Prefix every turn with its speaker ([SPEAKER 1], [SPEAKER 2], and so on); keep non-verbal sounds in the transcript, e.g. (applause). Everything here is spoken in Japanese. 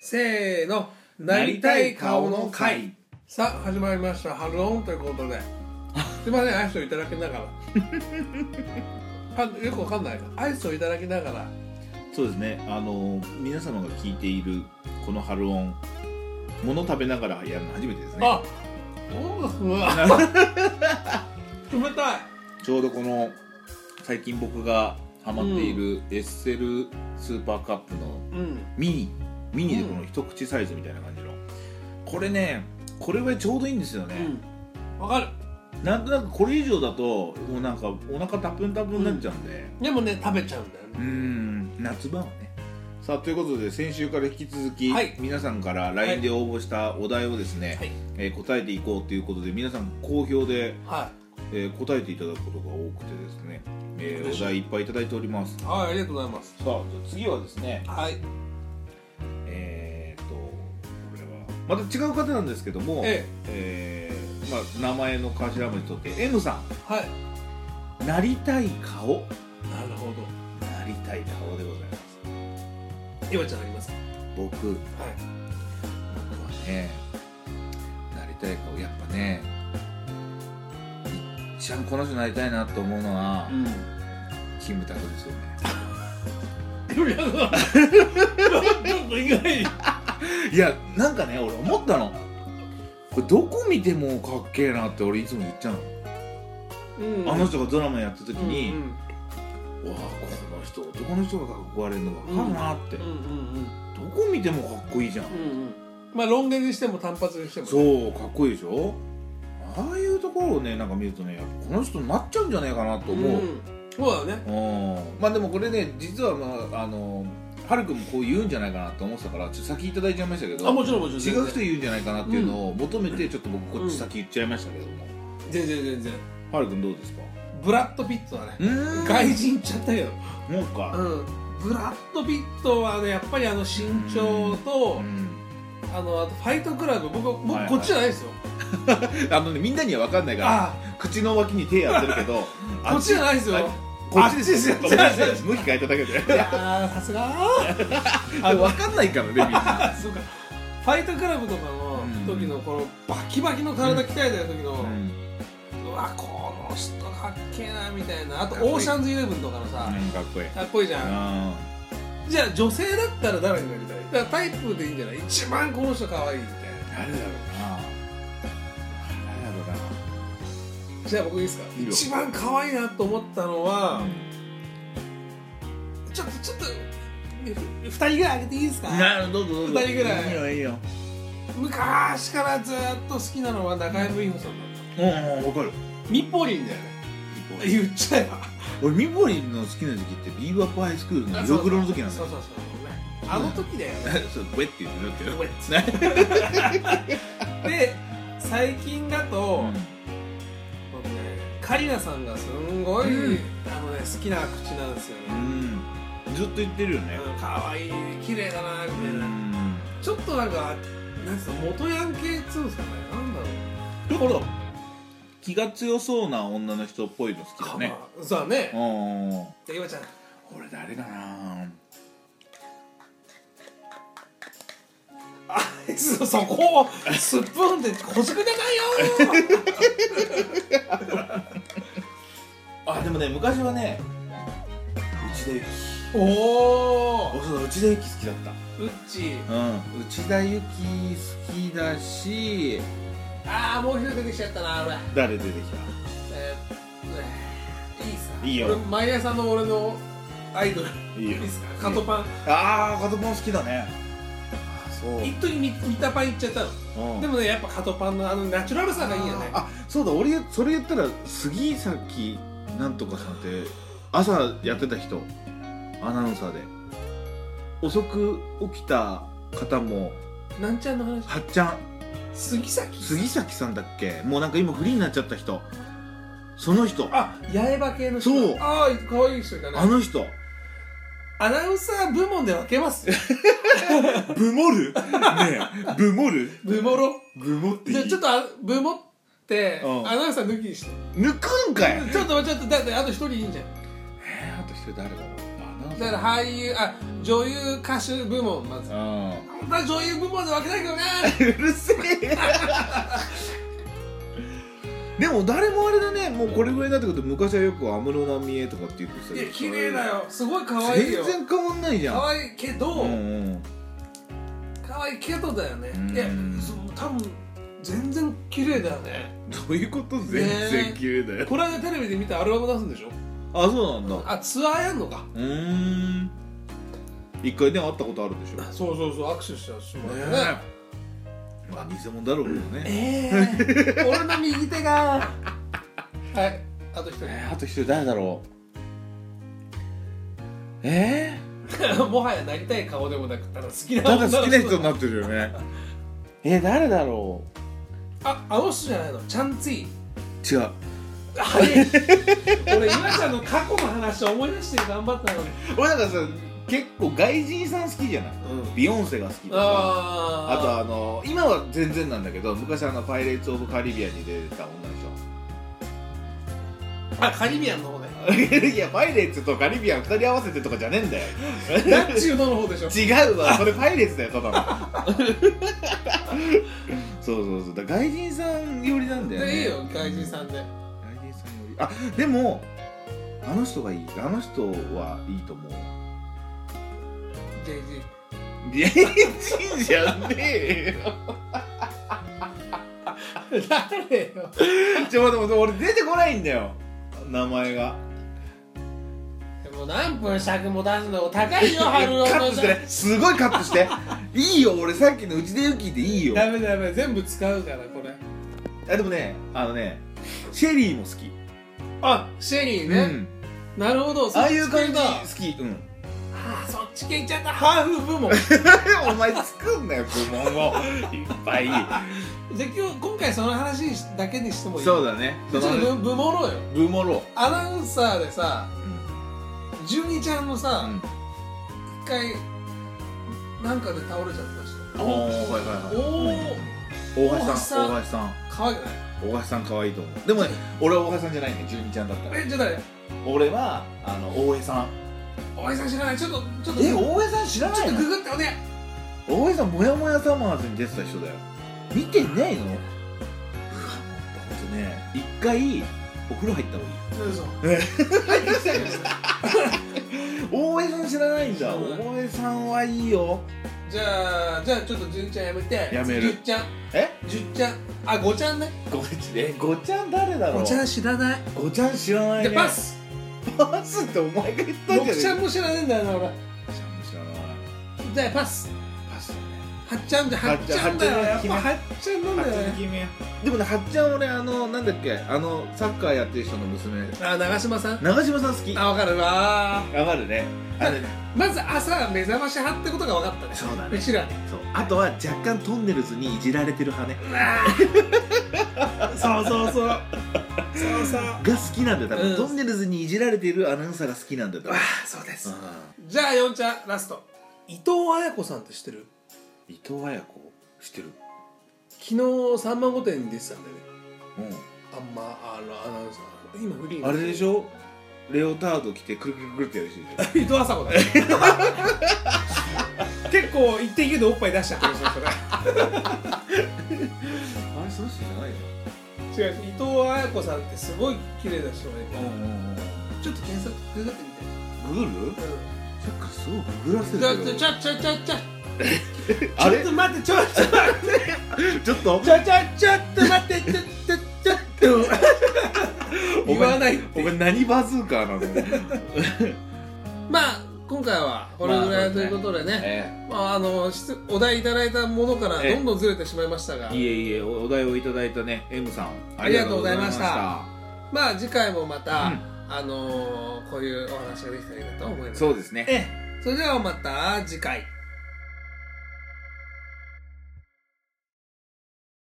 [SPEAKER 1] せーのなりたい顔の会さあ始まりました「ハルオン」ということですいませんアイスをいただきな (laughs) がらあよくわかんないアイスをいただきながら
[SPEAKER 2] そうですねあの皆様が聞いているこの春音物食べながらやるの初めてですね
[SPEAKER 1] あおう (laughs) わ冷たい
[SPEAKER 2] ちょうどこの最近僕がハマっているエッセルスーパーカップの
[SPEAKER 1] うん
[SPEAKER 2] ミニミニでこの一口サイズみたいな感じのこれねこれぐらいちょうどいいんですよね、
[SPEAKER 1] うんわかる
[SPEAKER 2] なんとなくこれ以上だともうなんかお腹タプンタプンになっちゃうんで
[SPEAKER 1] でもね食べちゃうんだよ
[SPEAKER 2] うー
[SPEAKER 1] ね
[SPEAKER 2] ん夏場はねさあということで先週から引き続き、
[SPEAKER 1] はい
[SPEAKER 2] 皆さんから LINE で応募したお題をですね、
[SPEAKER 1] はい
[SPEAKER 2] えー答えていこうということで皆さん好評で、
[SPEAKER 1] は
[SPEAKER 2] えー答えていただくことが多くてですね、えー
[SPEAKER 1] 嬉しい
[SPEAKER 2] お題いっぱいいただいております
[SPEAKER 1] いはいありがとうございます
[SPEAKER 2] さあじゃあ次はですね
[SPEAKER 1] はい
[SPEAKER 2] えー、っとこれはまた違う方なんですけども、
[SPEAKER 1] え
[SPEAKER 2] えーまあ、名前の頭文字とって M さ
[SPEAKER 1] はい
[SPEAKER 2] んなりたい顔
[SPEAKER 1] なるほど
[SPEAKER 2] なりたい顔でございます
[SPEAKER 1] 今ちゃんありますか
[SPEAKER 2] 僕
[SPEAKER 1] はい
[SPEAKER 2] 僕はねなりたい顔やっぱねいっちゃんこの人なりたいなと思うのは、
[SPEAKER 1] うん
[SPEAKER 2] キムタクです
[SPEAKER 1] (laughs)
[SPEAKER 2] よね
[SPEAKER 1] いや (laughs) ちょっと意外
[SPEAKER 2] いやなんかね俺思ったのこれどこ見てもかっけえなって俺いつも言っちゃう
[SPEAKER 1] う
[SPEAKER 2] の、
[SPEAKER 1] ん
[SPEAKER 2] あの人がドラマやった時
[SPEAKER 1] う
[SPEAKER 2] に、
[SPEAKER 1] ん
[SPEAKER 2] うわあこの人男の人が憧れるの分かるなって、
[SPEAKER 1] うんうんうん
[SPEAKER 2] どこ見てもかっこいいじゃん、
[SPEAKER 1] うんうんまあロン毛にしても単発にしてもね
[SPEAKER 2] そうかっこいいでしょああいうところをねなんか見るとねやっぱこの人になっちゃうんじゃないかなと思う、
[SPEAKER 1] んそうだね
[SPEAKER 2] うんまあでもこれね実はまああのはるくんもこう言うんじゃないかなと思ってたからちょっと先いただいちゃいましたけど
[SPEAKER 1] あもちろんもちろん
[SPEAKER 2] 違
[SPEAKER 1] 全
[SPEAKER 2] う
[SPEAKER 1] 然
[SPEAKER 2] 人言うんじゃないかなっていうのを求めてちょっと僕こっち先言っちゃいましたけども、
[SPEAKER 1] 全然全然
[SPEAKER 2] はるくんどうですか
[SPEAKER 1] ブラッド・ピットだね
[SPEAKER 2] うん
[SPEAKER 1] 外人言っちゃったけど
[SPEAKER 2] もうか
[SPEAKER 1] うんブラッド・ピットはねやっぱりあの身長
[SPEAKER 2] う
[SPEAKER 1] と
[SPEAKER 2] ん
[SPEAKER 1] あのあとファイトクラブ僕僕、
[SPEAKER 2] はいはい
[SPEAKER 1] こっちじゃないですよ
[SPEAKER 2] あのねみんなには分かんないから
[SPEAKER 1] あ
[SPEAKER 2] 口の脇に手当てるけ (laughs) ど
[SPEAKER 1] こっちじゃないですよ
[SPEAKER 2] あ
[SPEAKER 1] い
[SPEAKER 2] こっちですよ
[SPEAKER 1] あっちですよ
[SPEAKER 2] 向き変えただけで
[SPEAKER 1] やーさすがー
[SPEAKER 2] あ分かんないからねみんな
[SPEAKER 1] あそうかファイトクラブとかの時のこのバキバキの体鍛えた時の、
[SPEAKER 2] うん
[SPEAKER 1] うわこの人かっけえなみたいなあと
[SPEAKER 2] かっこいい
[SPEAKER 1] オーシャンズイレブンとかのさ、
[SPEAKER 2] うんかっこいい
[SPEAKER 1] かっこいいじゃん、
[SPEAKER 2] あ
[SPEAKER 1] じゃあ女性だったら誰になりたいだからタイプでいいんじゃない一番この人かわいいみたい
[SPEAKER 2] ー誰だろうな誰だろうな
[SPEAKER 1] なじゃあ僕いいですか
[SPEAKER 2] いいよ
[SPEAKER 1] 一番かわいいなと思ったのは、ちょっとちょっと2人ぐらいあげていいですか
[SPEAKER 2] なるどうぞどうぞ
[SPEAKER 1] 二人ぐらい
[SPEAKER 2] いいよいいよ
[SPEAKER 1] 昔からずっと好きなのは中山美穂さんだっ
[SPEAKER 2] うんうんわかる
[SPEAKER 1] たミポリンだよね言っちゃえば
[SPEAKER 2] 俺ミポリンの好きな時期ってビーバップハイスクールの色黒の時なんだ
[SPEAKER 1] そ
[SPEAKER 2] よ
[SPEAKER 1] うそうそうそうあの時だよね
[SPEAKER 2] そうウェって言ってるって
[SPEAKER 1] ごめん
[SPEAKER 2] ね (laughs)
[SPEAKER 1] (laughs) で最近だと、
[SPEAKER 2] うん
[SPEAKER 1] 僕ねカリナさんがすんごい、
[SPEAKER 2] うん
[SPEAKER 1] あのね好きな口なんですよね、
[SPEAKER 2] うんずっと言ってるよね
[SPEAKER 1] うん可愛い綺麗だなみ
[SPEAKER 2] う
[SPEAKER 1] たいな、
[SPEAKER 2] ん
[SPEAKER 1] ちょっとなんかなんつうの元ヤン系っつうんですかねなんだろう
[SPEAKER 2] ちょっと気が強そうな女の人っぽいの好きだね
[SPEAKER 1] まあそうだね
[SPEAKER 2] うんうんうん
[SPEAKER 1] じゃあ岩ちゃん
[SPEAKER 2] 俺誰かな
[SPEAKER 1] あそそこをスプーンでこじくでないよ
[SPEAKER 2] あでもね昔はね内田有紀 (laughs)
[SPEAKER 1] おお
[SPEAKER 2] 俺そうだ内田有紀好きだった
[SPEAKER 1] うっちー
[SPEAKER 2] うん内田有紀好きだし
[SPEAKER 1] ああもう一人出てきちゃったな俺
[SPEAKER 2] 誰出てきた
[SPEAKER 1] えーえーいいっすか
[SPEAKER 2] いいよ
[SPEAKER 1] 俺毎朝の俺のアイドル
[SPEAKER 2] いい
[SPEAKER 1] いいっすかカトパン
[SPEAKER 2] ああカトパン好きだねあそう、
[SPEAKER 1] 一時に三田パン行っちゃったの
[SPEAKER 2] うん
[SPEAKER 1] でもねやっぱカトパンのあのナチュラルさがいいよね
[SPEAKER 2] あそうだ俺それ言ったら杉崎なんとかさんって朝やってた人アナウンサーで遅く起きた方も
[SPEAKER 1] なんちゃんの話
[SPEAKER 2] はっちゃん
[SPEAKER 1] 杉崎
[SPEAKER 2] 杉崎さんだっけもうなんか今フリーになっちゃった人その人あ
[SPEAKER 1] あ八重歯系の人
[SPEAKER 2] そう
[SPEAKER 1] ああ可愛い人いたね
[SPEAKER 2] の人
[SPEAKER 1] アナウンサー部門で分けますよ
[SPEAKER 2] ブモルねえ (laughs) ブモル
[SPEAKER 1] 部門ろ
[SPEAKER 2] ブモって
[SPEAKER 1] じゃあちょっとあ部門って
[SPEAKER 2] うん
[SPEAKER 1] アナウンサー抜きにして
[SPEAKER 2] 抜くんかい
[SPEAKER 1] ちょっとちょっとだってあと一人いいんじゃん
[SPEAKER 2] えー、あと一人誰だろうアナウンサー
[SPEAKER 1] だから俳優あ女優歌手部門まず
[SPEAKER 2] う
[SPEAKER 1] 本当は女優部門で分けたいけどね
[SPEAKER 2] るせえ (laughs) でも誰もあれだねもうこれぐらいだってこと昔はよく安室奈美恵とかって言ってた
[SPEAKER 1] (laughs) い
[SPEAKER 2] け
[SPEAKER 1] や
[SPEAKER 2] ど
[SPEAKER 1] 綺麗だよすごい可愛いよ
[SPEAKER 2] 全然変わんないじゃん
[SPEAKER 1] 可愛いけど、
[SPEAKER 2] うんうん
[SPEAKER 1] 可愛いけどだよね
[SPEAKER 2] うん
[SPEAKER 1] いやその多分全然綺麗だよね
[SPEAKER 2] どういうこと全然綺麗だよ、
[SPEAKER 1] これはテレビで見てアルバム出すんでしょ
[SPEAKER 2] あそうなんだ
[SPEAKER 1] あツアーやんのか
[SPEAKER 2] うーん一回ね会ったことあるでしょね
[SPEAKER 1] そうそうそう握手したしまうよね
[SPEAKER 2] まあ偽物だろうけどね
[SPEAKER 1] ええ (laughs) 俺の右手がはいあと一
[SPEAKER 2] えーあと一人誰だろうえ
[SPEAKER 1] 人 (laughs) もはやなりたい顔でもなくただ好きな
[SPEAKER 2] ー、ただ好き (laughs) な
[SPEAKER 1] 女の
[SPEAKER 2] 人になってるよね (laughs) えー、誰だろう
[SPEAKER 1] ああの人じゃないのチャンツィ
[SPEAKER 2] 違う
[SPEAKER 1] はい俺今ちゃんの過去の話思い出して頑張ったのに
[SPEAKER 2] 俺なんかさ結構外人さん好きじゃないビヨンセが好きとかあと
[SPEAKER 1] あ
[SPEAKER 2] あの今は全然なんだけど昔あの「パイレーツ・オブ・カリビアン」に出てた女でしょ
[SPEAKER 1] ああカリビアンの (laughs) 方ね
[SPEAKER 2] (laughs) いや、パイレーツとカリビアン2人合わせてとかじゃねえんだよ。
[SPEAKER 1] ダッチュードの方 (laughs) でしょ
[SPEAKER 2] 違うわ、それパイレーツだよ、ただの。
[SPEAKER 1] (laughs)
[SPEAKER 2] そうそうそう、だから外人さん寄りなんだよ、ね。
[SPEAKER 1] でいいよ外人さんで
[SPEAKER 2] 外人さん寄り。あでも、あの人がいい。あの人はいいと思う。
[SPEAKER 1] JG
[SPEAKER 2] 芸人じゃねえよ。
[SPEAKER 1] (laughs) 誰よ
[SPEAKER 2] ちょ、待って待って、俺出てこないんだよ。名前が。
[SPEAKER 1] でも何分尺も出すの高いよ春郎
[SPEAKER 2] カッ
[SPEAKER 1] の
[SPEAKER 2] トしてね。すごいカットして。いいよ、俺さっきのうちでよきでいいよ。
[SPEAKER 1] ダメダメ全部使うからこれ
[SPEAKER 2] あでもねあのねシェリーも好き、
[SPEAKER 1] あシェリーね、
[SPEAKER 2] うん、
[SPEAKER 1] なるほど、
[SPEAKER 2] ああいう感じ
[SPEAKER 1] だ。
[SPEAKER 2] 好き、うん、
[SPEAKER 1] ああ、そっち系いっちゃった。ハーフ部門。で、
[SPEAKER 2] お前作んな (laughs) よ部門をいっぱい
[SPEAKER 1] 今日、今回その話だけにしてもいい
[SPEAKER 2] そう
[SPEAKER 1] だ。
[SPEAKER 2] だね
[SPEAKER 1] ちょっと部部門ろよ。
[SPEAKER 2] ブモロ
[SPEAKER 1] アナウンサーでさ、
[SPEAKER 2] うん
[SPEAKER 1] ジュニちゃんもさ、
[SPEAKER 2] うん
[SPEAKER 1] 一回、なんかで倒れちゃったし。
[SPEAKER 2] おーはいはいはい
[SPEAKER 1] おー、
[SPEAKER 2] 大
[SPEAKER 1] 大
[SPEAKER 2] 橋
[SPEAKER 1] 橋
[SPEAKER 2] さ
[SPEAKER 1] さ
[SPEAKER 2] ん
[SPEAKER 1] ん
[SPEAKER 2] 大橋さん
[SPEAKER 1] 可愛くない
[SPEAKER 2] 大橋さん可愛いと思うでもね俺は大橋さんじゃないね純ちゃんだったら
[SPEAKER 1] え、じゃあ誰
[SPEAKER 2] 俺はあの大江さん
[SPEAKER 1] 大江さん知らない。ちょっと、ちょっと、
[SPEAKER 2] え
[SPEAKER 1] ちょ
[SPEAKER 2] 大江さん知らな
[SPEAKER 1] っ
[SPEAKER 2] い
[SPEAKER 1] と
[SPEAKER 2] の
[SPEAKER 1] ググっておね。
[SPEAKER 2] 大江さんもやもやサマーズに出てた人だよ見てないのうわもうほんとね一回お風呂入った方がいい
[SPEAKER 1] そうそう。
[SPEAKER 2] え
[SPEAKER 1] 入ってきたけどね
[SPEAKER 2] 大江さん知らないんだ
[SPEAKER 1] そうだね
[SPEAKER 2] 大江さんはいいよ
[SPEAKER 1] じゃあ、じゃあちょっとジュニちゃんやめて。
[SPEAKER 2] やめる
[SPEAKER 1] じゅっちゃん。
[SPEAKER 2] え
[SPEAKER 1] じゅっちゃん。あ、ごちゃんね。
[SPEAKER 2] ごちえごちゃん誰だろう
[SPEAKER 1] ごちゃん知らない。
[SPEAKER 2] ごちゃん知らない
[SPEAKER 1] で、
[SPEAKER 2] ね
[SPEAKER 1] パス。
[SPEAKER 2] パスってお前が言ったんじゃね
[SPEAKER 1] 僕ちゃんも知らねえんだよな俺
[SPEAKER 2] ごちゃんも知らない
[SPEAKER 1] じゃあパス
[SPEAKER 2] パス
[SPEAKER 1] はっちゃんじゃはっちゃんだよやっぱはっちゃんなんだよね
[SPEAKER 2] でもねはっちゃん俺あのなんだっけあのサッカーやってる人の娘
[SPEAKER 1] あ長嶋さん
[SPEAKER 2] 長嶋さん好き
[SPEAKER 1] あ分かるわ
[SPEAKER 2] わかるねあのね
[SPEAKER 1] まず朝目覚まし派ってことが分かったね
[SPEAKER 2] そうだ
[SPEAKER 1] う
[SPEAKER 2] ね
[SPEAKER 1] ちらね
[SPEAKER 2] そうあとは若干トンネルズにいじられてる派ね
[SPEAKER 1] そうそうそうそうそう
[SPEAKER 2] が好きなんだよ多分、
[SPEAKER 1] うん
[SPEAKER 2] トンネルズにいじられてるアナウンサーが好きなんだよ多
[SPEAKER 1] あ
[SPEAKER 2] 分
[SPEAKER 1] あそうですじゃあ四ちゃんラスト伊藤彩子さんって知ってる
[SPEAKER 2] 伊藤綾子知ってる
[SPEAKER 1] 昨日三万御殿に出てたんだよね
[SPEAKER 2] うん
[SPEAKER 1] あんまあのアナウンサー今フリー
[SPEAKER 2] あれでし
[SPEAKER 1] ょ
[SPEAKER 2] ょレオタード着てくるくるくるってやるし
[SPEAKER 1] 伊藤麻子だ結構一定級でおっぱい出しちゃってるそれ
[SPEAKER 2] あれその人じゃないよ
[SPEAKER 1] 違う伊藤彩子さんってすごい綺麗な人がいて、ちょっと検索ググってみて、
[SPEAKER 2] グールそっかそうググらせ
[SPEAKER 1] ちょ
[SPEAKER 2] る
[SPEAKER 1] ちょちょちょちょちょ
[SPEAKER 2] あ
[SPEAKER 1] ちょっ
[SPEAKER 2] れ
[SPEAKER 1] と待ってちょちょ
[SPEAKER 2] ちょっと
[SPEAKER 1] ちょちょちょっと待ってちょちょちょっと言わないっ
[SPEAKER 2] お
[SPEAKER 1] て
[SPEAKER 2] 前何バズーカーなの
[SPEAKER 1] まあ今回はこれぐらいということでね、
[SPEAKER 2] (laughs) え
[SPEAKER 1] まあ、あの質お題いただいたものから
[SPEAKER 2] ええ
[SPEAKER 1] どんどんずれてしまいましたが
[SPEAKER 2] えいえいえおお題をいただいたね M さん
[SPEAKER 1] ありがとうございました
[SPEAKER 2] あ
[SPEAKER 1] まあ次回もまた、
[SPEAKER 2] うん
[SPEAKER 1] あのーこういうお話ができたらいいなと思い
[SPEAKER 2] りがとうございました
[SPEAKER 1] ます
[SPEAKER 2] そうですね
[SPEAKER 1] ええそれではまた次回